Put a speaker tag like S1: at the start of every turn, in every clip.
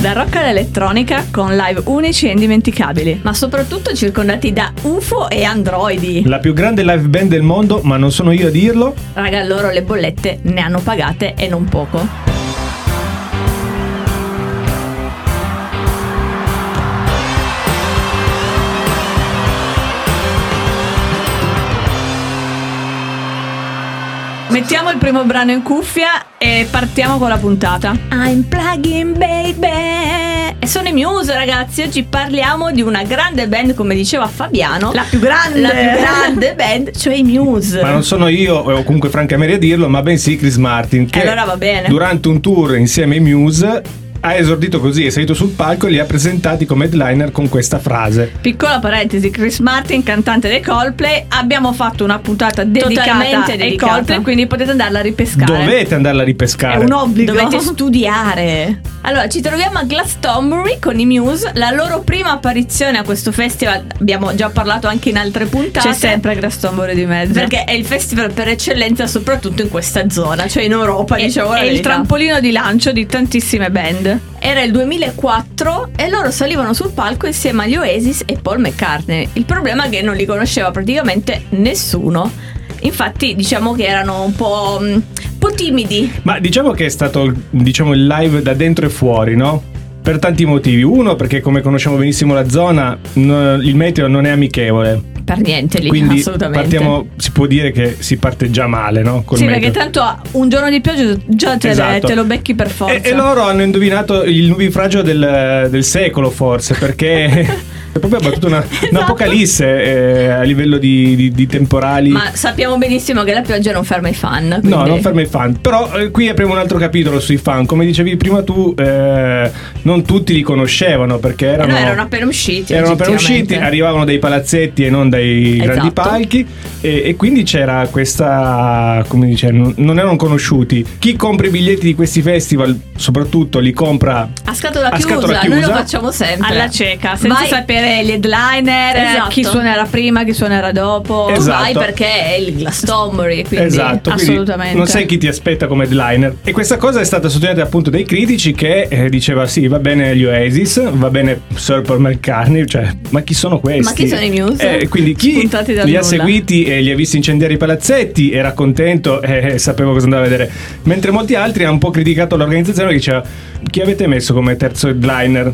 S1: Dal rock all'elettronica con live unici e indimenticabili, ma soprattutto circondati da UFO e androidi.
S2: La più grande live band del mondo, ma non sono io a dirlo.
S1: Raga, loro le bollette ne hanno pagate e non poco. Mettiamo il primo brano in cuffia e partiamo con la puntata. I'm plugging baby. E sono i Muse ragazzi, oggi parliamo di una grande band come diceva Fabiano. La più grande. La più grande band, cioè i Muse.
S2: Ma non sono io, o comunque Franca Meri a dirlo, ma bensì Chris Martin. Che
S1: allora va bene.
S2: Durante un tour insieme ai Muse ha esordito così, è salito sul palco e li ha presentati come headliner con questa frase.
S1: Piccola parentesi, Chris Martin, cantante dei Coldplay, abbiamo fatto una puntata dedicata
S3: Totalmente
S1: ai
S3: dedicata.
S1: Coldplay, quindi potete andarla a ripescare.
S2: Dovete andarla a ripescare.
S1: È un obbligo.
S3: Dovete
S1: studiare. Allora, ci troviamo a Glastonbury con i Muse, la loro prima apparizione a questo festival. Abbiamo già parlato anche in altre puntate.
S3: C'è sempre Glastonbury di mezzo.
S1: Perché è il festival per eccellenza, soprattutto in questa zona, cioè in Europa,
S3: È-
S1: diciamo. la
S3: è il
S1: verità.
S3: trampolino di lancio di tantissime band.
S1: Era il 2004 e loro salivano sul palco insieme agli Oasis e Paul McCartney. Il problema è che non li conosceva praticamente nessuno. Infatti, diciamo che erano un po', mh, un po' timidi.
S2: Ma diciamo che è stato diciamo, il live da dentro e fuori, no? Per tanti motivi. Uno, perché come conosciamo benissimo la zona, n- il meteo non è amichevole.
S1: Per niente lì,
S2: Quindi
S1: assolutamente.
S2: partiamo, si può dire che si parte già male, no? Col
S3: sì,
S2: meteo.
S3: perché tanto un giorno di pioggia già te,
S2: Esatto.
S3: te lo becchi per forza.
S2: E, e loro hanno indovinato il nubifragio del, del secolo, forse, perché è proprio battuto una, un'apocalisse eh, a livello di, di- di temporali.
S1: Ma sappiamo benissimo che la pioggia non ferma i fan.
S2: No,
S1: quindi-
S2: non ferma i fan. Però eh, qui apriamo un altro capitolo sui fan. Come dicevi prima tu, eh, non tutti li conoscevano perché
S1: Eh
S2: erano,
S1: no, erano appena usciti.
S2: erano appena usciti,
S1: oggettivamente.
S2: arrivavano dai palazzetti e non dai
S1: Esatto.
S2: grandi palchi. E, e quindi c'era questa. come dice, non, non erano conosciuti. Chi compra i biglietti di questi festival, soprattutto li compra
S1: A scatola
S2: A
S1: chiusa,
S2: scatola
S1: noi lo
S2: chiusa.
S1: facciamo sempre.
S3: Alla cieca, senza
S1: Vai-
S3: sapere gli headliner, eh,
S1: Esatto.
S3: chi suonerà prima, chi suonerà dopo.
S2: Esatto.
S1: Vai perché è il Glastonbury, quindi
S2: esatto, quindi
S3: assolutamente.
S2: non sai chi ti aspetta come headliner. E questa cosa è stata sostenuta appunto dai critici che eh, diceva sì, va bene gli Oasis, va bene Sir Paul McCartney, cioè, ma chi sono questi?
S1: Ma chi sono i Muse?
S2: Eh, quindi chi
S3: Spuntati
S2: li
S3: dal
S2: ha
S3: nulla.
S2: seguiti e li ha visti incendiare i palazzetti era contento e sapeva cosa andava a vedere. Mentre molti altri hanno un po' criticato l'organizzazione che diceva chi avete messo come terzo headliner?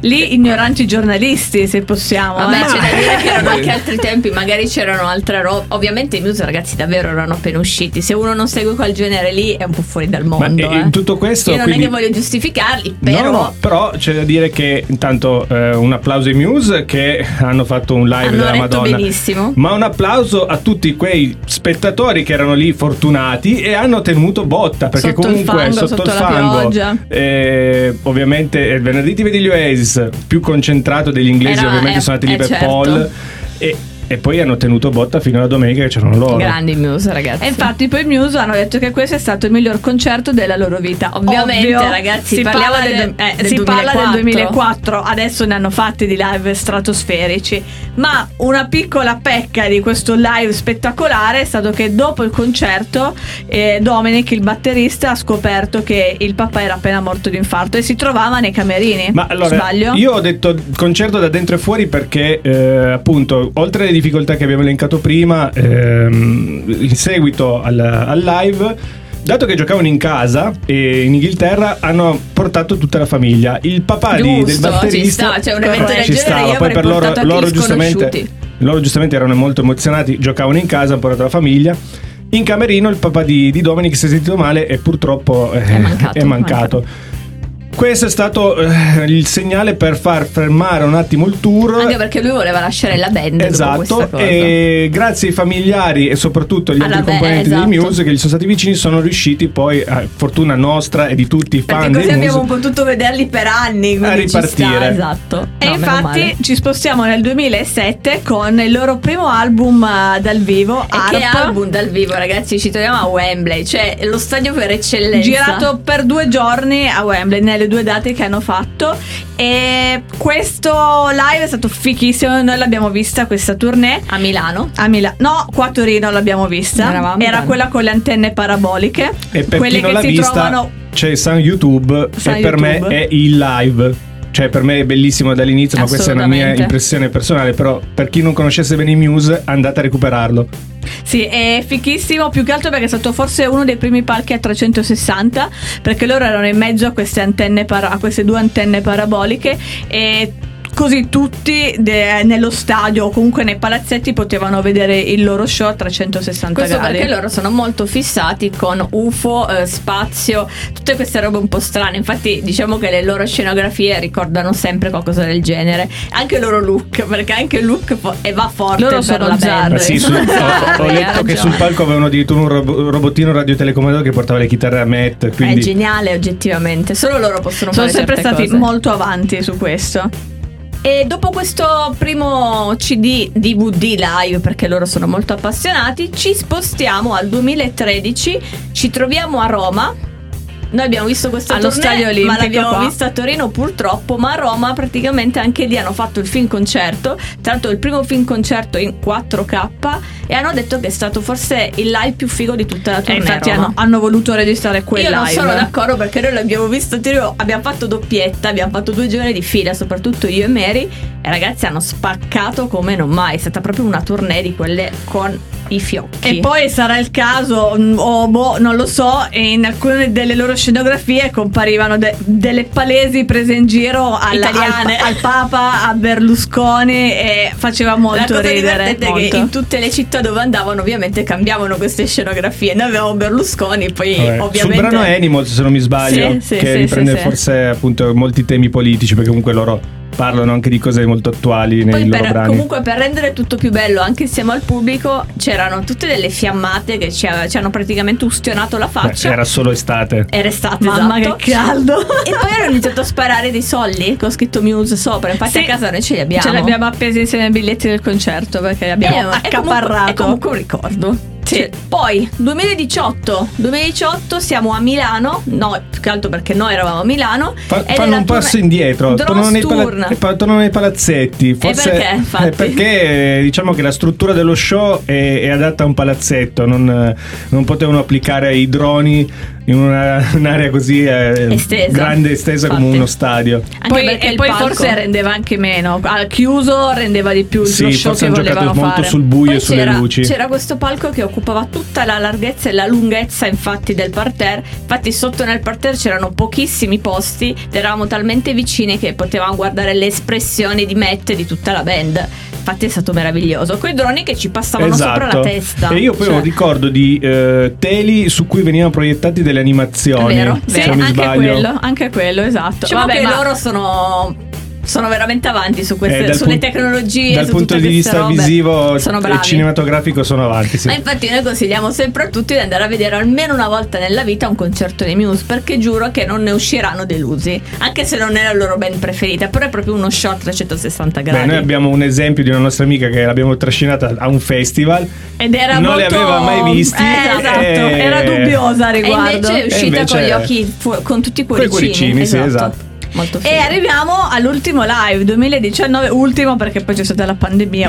S3: Lì ignoranti i giornalisti, se possiamo.
S1: Vabbè,
S3: eh.
S1: c'è da dire che erano anche altri tempi, magari c'erano altre robe. Ovviamente i news, ragazzi, davvero erano appena usciti. Se uno non segue quel genere lì è un po' fuori dal
S2: Ma
S1: mondo.
S2: eh,
S1: eh.
S2: in tutto questo...
S1: Io non
S2: quindi-
S1: è che voglio giustificarli, però.
S2: No, no, però c'è da dire che intanto eh, un applauso ai Muse che hanno fatto un live
S1: Hanno
S2: della
S1: detto
S2: Madonna.
S1: benissimo.
S2: Ma un applauso a tutti quei spettatori che erano lì fortunati e hanno tenuto botta perché
S3: Sotto il
S2: comunque
S3: fango,
S2: sotto,
S3: sotto
S2: il
S3: la
S2: fango
S3: pioggia.
S2: eh, ovviamente il venerdì ti vedi gli Oasis più concentrato degli inglesi
S1: Era-
S2: ovviamente
S1: eh,
S2: sono andati lì
S1: eh,
S2: per
S1: certo.
S2: Paul e, e poi hanno tenuto botta fino alla domenica che c'erano loro.
S1: Grandi news, ragazzi.
S3: E infatti poi i Muse hanno detto che questo è stato il miglior concerto della loro vita.
S1: Ovviamente,
S3: Ovvio,
S1: ragazzi,
S3: si
S1: parliamo
S3: parla
S1: del-
S3: du-
S1: eh, del
S3: si
S1: 2004.
S3: parla del 2004, adesso ne hanno fatti di live stratosferici, ma una piccola pecca di questo live spettacolare è stato che dopo il concerto eh, Dominic, il batterista, ha scoperto che il papà era appena morto di infarto e si trovava nei camerini.
S2: Ma allora,
S3: sbaglio?
S2: io ho detto concerto da dentro e fuori perché, eh, appunto, oltre alle difficoltà che abbiamo elencato prima, ehm, in seguito al, al live. Dato che giocavano in casa e in Inghilterra hanno portato tutta la famiglia. Il papà di- del
S1: Giusto, ci
S2: batterista
S1: sta, cioè, un evento del
S2: ci
S1: genere
S2: stava.
S1: io
S2: Poi
S1: avrei
S2: per loro,
S1: portato anche
S2: loro
S1: gli
S2: giustamente,
S1: sconosciuti.
S2: loro giustamente erano molto emozionati, giocavano in casa, hanno portato la famiglia. In camerino il papà di, di Dominic si è sentito male e purtroppo eh,
S1: È mancato,
S2: è mancato. Questo è stato eh, il segnale per far fermare un attimo il tour.
S1: Anche perché lui voleva lasciare la band dopo questa
S2: Esatto,
S1: cosa.
S2: e grazie ai familiari e soprattutto agli
S1: Alla
S2: altri
S1: be-
S2: componenti
S1: esatto.
S2: dei Muse che gli sono stati vicini, sono riusciti poi, a fortuna nostra e di tutti i
S1: Perché
S2: fan dei
S1: così abbiamo
S2: Muse,
S1: potuto vederli per anni, quindi ci sta,
S2: ripartire.
S1: esatto.
S3: E
S1: No, meno male.
S3: infatti ci spostiamo nel 2007 con il loro primo album eh, dal vivo,
S1: E che
S3: Arp.
S1: album dal vivo, ragazzi, ci troviamo a Wembley, cioè lo stadio per eccellenza.
S3: Girato per due giorni a Wembley, nelle due date che hanno fatto. E questo live è stato fichissimo. Noi l'abbiamo vista questa tournée
S1: a Milano.
S3: a Milano. No, qua a Torino l'abbiamo vista.
S1: Eravamo
S3: Era
S1: tanti.
S3: quella con le antenne paraboliche.
S2: E per
S3: quelle
S2: chi non
S3: che
S2: l'ha
S3: si
S2: vista-
S3: trovano
S2: c'è San YouTube
S3: San
S2: e per me
S3: YouTube.
S2: è il live. Cioè, per me è bellissimo dall'inizio, ma questa è una mia
S3: Assolutamente.
S2: impressione personale. Però, per chi non conoscesse bene i Muse, andate a recuperarlo.
S3: Sì, è fichissimo, più che altro perché è stato forse uno dei primi palchi a 360, perché loro erano in mezzo a queste antenne para- a queste due antenne paraboliche e così tutti de- nello stadio o comunque nei palazzetti potevano vedere il loro show a 360
S1: Questo
S3: gradi.
S1: perché loro sono molto fissati con UFO, eh, spazio, tutte queste robe un po' strane. Infatti, diciamo che le loro scenografie ricordano sempre qualcosa del genere. Anche il loro look, perché anche il look fo- e va forte
S3: Loro
S1: per
S3: sono
S1: la band. eh, cioè,
S2: Ma
S3: zarri.
S2: sì, su- ho,
S1: Sono zarri,
S2: ho
S1: hai
S2: letto
S1: ragione.
S2: che sul palco avevano addirittura un rob- robottino radiotelecomandato che portava le chitarre a Matt.
S1: È
S2: Quindi,
S1: geniale oggettivamente, solo loro possono
S3: sono
S1: fare
S3: sempre
S1: certe
S3: stati
S1: cose.
S3: molto avanti su questo.
S1: E dopo questo primo CD DVD live, perché loro sono molto appassionati, ci spostiamo al 2013, ci troviamo a Roma. Noi abbiamo visto questo
S3: Allo
S1: tournée,
S3: Stadio Olimpico
S1: ma l'abbiamo
S3: qua.
S1: visto a Torino purtroppo, ma a Roma praticamente anche lì hanno fatto il film concerto, tra l'altro il primo film concerto in 4K e hanno detto che è stato forse il live più figo di tutta la
S3: E
S1: tournée. Cioè, a
S3: infatti
S1: Roma.
S3: hanno, hanno voluto registrare quel
S1: Io non
S3: live.
S1: sono d'accordo perché noi l'abbiamo visto, ti dico, abbiamo fatto doppietta, abbiamo fatto due giorni di fila, soprattutto io e Mary, e ragazzi hanno spaccato come non mai, è stata proprio una tournée di quelle con i fiocchi.
S3: E poi sarà il caso, mh, o boh, non lo so, e in alcune delle loro scenografie comparivano de- delle palesi prese in giro alla- al,
S1: Italiane.
S3: al Papa, a Berlusconi e faceva molto
S1: la cosa
S3: ridere.
S1: divertente è
S3: molto.
S1: che in tutte le città dove andavano ovviamente cambiavano queste scenografie, noi avevamo Berlusconi, poi
S2: vabbè. sul
S1: ovviamente...
S2: brano Animals, se non mi sbaglio,
S3: Sì, sì,
S2: che
S3: sì,
S2: riprende
S3: sì, sì.
S2: forse appunto molti temi politici, perché comunque loro parlano anche di cose molto attuali nei
S1: Poi
S2: loro
S1: per,
S2: brani.
S1: comunque per rendere tutto più bello, anche insieme al pubblico, c'erano tutte delle fiammate che ci, ci hanno praticamente ustionato la
S2: Beh,
S1: faccia.
S2: era solo estate.
S1: Era estate,
S3: Mamma
S1: esatto.
S3: che caldo!
S1: E poi hanno iniziato a sparare dei soldi con scritto Muse sopra. Infatti,
S3: Sì.
S1: a casa noi ce li abbiamo.
S3: Ce l'abbiamo appesi insieme ai biglietti del concerto perché li
S1: Eh,
S3: abbiamo
S1: ma è comunque- È
S3: accaparrato.
S1: comunque un ricordo.
S3: Sì.
S1: Cioè, poi 2018, 2018 siamo a Milano, no, più che altro perché noi eravamo a Milano.
S2: Fa-
S1: ed è
S2: fanno
S1: la
S2: un passo
S1: tournée-
S2: indietro,
S1: Drones
S2: tornano nei, pala-
S1: Tour.
S2: pa- tornano nei palazzetti. Forse
S1: perché, infatti?
S2: eh, perché, eh, diciamo che la struttura dello show è, è adatta a un palazzetto, non, eh, non potevano applicare i droni in una- un'area così eh,
S1: Estesa.
S2: grande estesa come
S1: Infatti.
S2: uno stadio.
S1: Anche
S3: Poi-
S1: perché
S3: e
S1: il
S3: poi
S1: palco-
S3: forse rendeva anche meno. Al chiuso rendeva di più il
S2: sì,
S3: lo show
S2: forse
S3: che
S2: hanno giocato
S3: volevano
S2: molto
S3: fare.
S2: sul buio
S1: Poi
S2: e sulle
S1: c'era,
S2: luci.
S1: c'era questo palco che occupava tutta la larghezza e la lunghezza infatti del parterre infatti sotto nel parterre c'erano pochissimi posti ed eravamo talmente vicini che potevamo guardare le espressioni di Matt e di tutta la band infatti è stato meraviglioso coi droni che ci passavano sopra la testa
S2: Esatto. E io poi
S1: Cioè,
S2: ho un ricordo di eh, teli su cui venivano proiettate delle animazioni.
S1: È vero,
S2: se
S3: Sì,
S2: non mi
S3: anche
S2: sbaglio.
S3: quello, anche quello, esatto.
S1: diciamo
S3: Vabbè,
S1: che
S3: ma-
S1: loro sono sono veramente avanti su queste,
S2: Eh, dal
S1: sulle
S2: pun-
S1: tecnologie
S2: dal
S1: su
S2: punto
S1: tutte
S2: di
S1: queste
S2: vista
S1: robe.
S2: visivo eh,
S1: sono
S2: e
S1: bravi
S2: cinematografico sono avanti sì.
S1: Ma infatti noi consigliamo sempre a tutti di andare a vedere almeno una volta nella vita un concerto dei Muse perché giuro che non ne usciranno delusi, anche se non è la loro band preferita, però è proprio uno show a 360 gradi.
S2: Beh, noi abbiamo un esempio di una nostra amica che l'abbiamo trascinata a un festival
S3: Ed era
S2: non
S3: molto...
S2: li aveva mai visti
S3: Eh, esatto,
S2: e-
S3: era dubbiosa a
S1: E
S3: riguardo.
S1: invece è uscita
S2: E invece-
S1: con gli occhi fu- con tutti i
S2: Coi
S1: cuoricini.
S2: cuoricini, sì, esatto.
S1: Molto figo.
S3: E arriviamo all'ultimo live 2019, ultimo perché poi c'è stata la pandemia,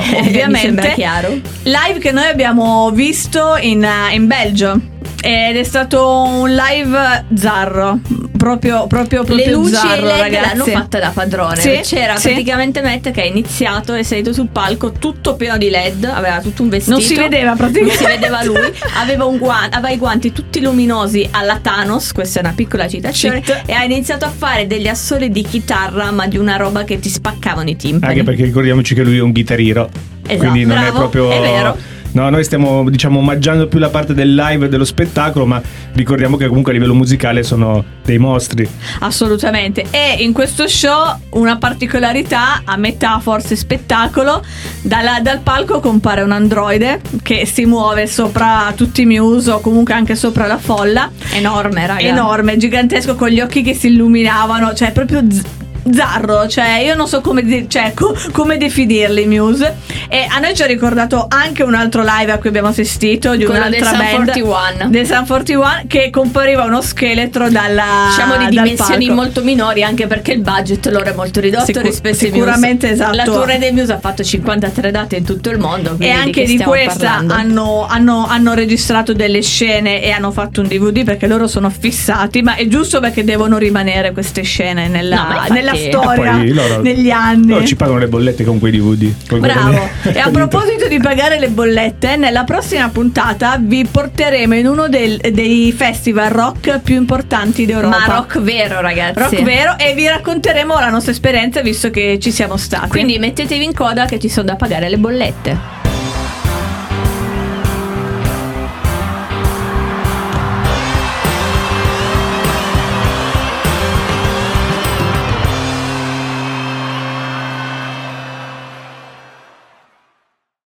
S1: Mi sembra
S3: ovviamente.
S1: chiaro.
S3: live che noi abbiamo visto in, eh, in Belgio. Ed è stato un live zarro. Proprio, proprio, proprio
S1: le luci
S3: zarro,
S1: e i LED
S3: ragazzi.
S1: l'hanno fatta da padrone.
S3: Sì,
S1: C'era
S3: sì.
S1: praticamente Matt che ha iniziato e è salito sul palco tutto pieno di LED, aveva tutto un vestito.
S3: Non si vedeva
S1: non
S3: praticamente.
S1: si vedeva lui, aveva, un guan- aveva i guanti tutti luminosi alla Thanos, questa è una piccola citazione,
S3: Shit.
S1: e ha iniziato a fare degli assoli di chitarra, ma di una roba che ti spaccavano i timpani.
S2: anche perché ricordiamoci che lui è un chitarrero
S1: Esatto,
S2: quindi non è
S1: bravo,
S2: proprio
S1: è vero.
S2: No, noi stiamo diciamo omaggiando più la parte del live e dello spettacolo, ma ricordiamo che comunque a livello musicale sono dei mostri.
S3: Assolutamente. E in questo show una particolarità, a metà forse spettacolo, dalla- dal palco compare un androide che si muove sopra tutti i Muse o comunque anche sopra la folla.
S1: Enorme, raga.
S3: Enorme, gigantesco, con gli occhi che si illuminavano, cioè proprio z- bizzarro, cioè io non so come, de- cioè, co- come definirli Muse. E a noi ci ha ricordato anche un altro live a cui abbiamo assistito di
S1: Quello del
S3: un'altra
S1: Sum
S3: band
S1: 41.
S3: del Sun 41 che compariva uno scheletro dalla
S1: Diciamo di
S3: Ah, dal
S1: dimensioni
S3: palco.
S1: molto minori, anche perché il budget loro è molto ridotto
S3: Sicur-
S1: rispetto ai Muse.
S3: sicuramente, esatto.
S1: La tournée dei Muse ha fatto 53 date in tutto il mondo. quindi
S3: E
S1: che
S3: anche di,
S1: stiamo
S3: questa
S1: parlando?
S3: hanno, hanno- hanno registrato delle scene e hanno fatto un DVD perché loro sono fissati, ma è giusto perché devono rimanere queste scene nella,
S1: No, ma infatti-
S3: nella
S1: Ah,
S2: Ah,
S3: storia,
S2: poi loro-
S3: negli anni.
S2: Loro ci pagano le bollette con quei DVD. con quelle-
S3: Bravo. E a
S2: con-
S3: proposito di pagare le bollette, nella prossima puntata vi porteremo in uno del- dei festival rock più importanti d'Europa.
S1: Ma rock vero, ragazzi.
S3: Rock vero e vi racconteremo la nostra esperienza visto che ci siamo stati.
S1: Quindi mettetevi in coda che ci sono da pagare le bollette.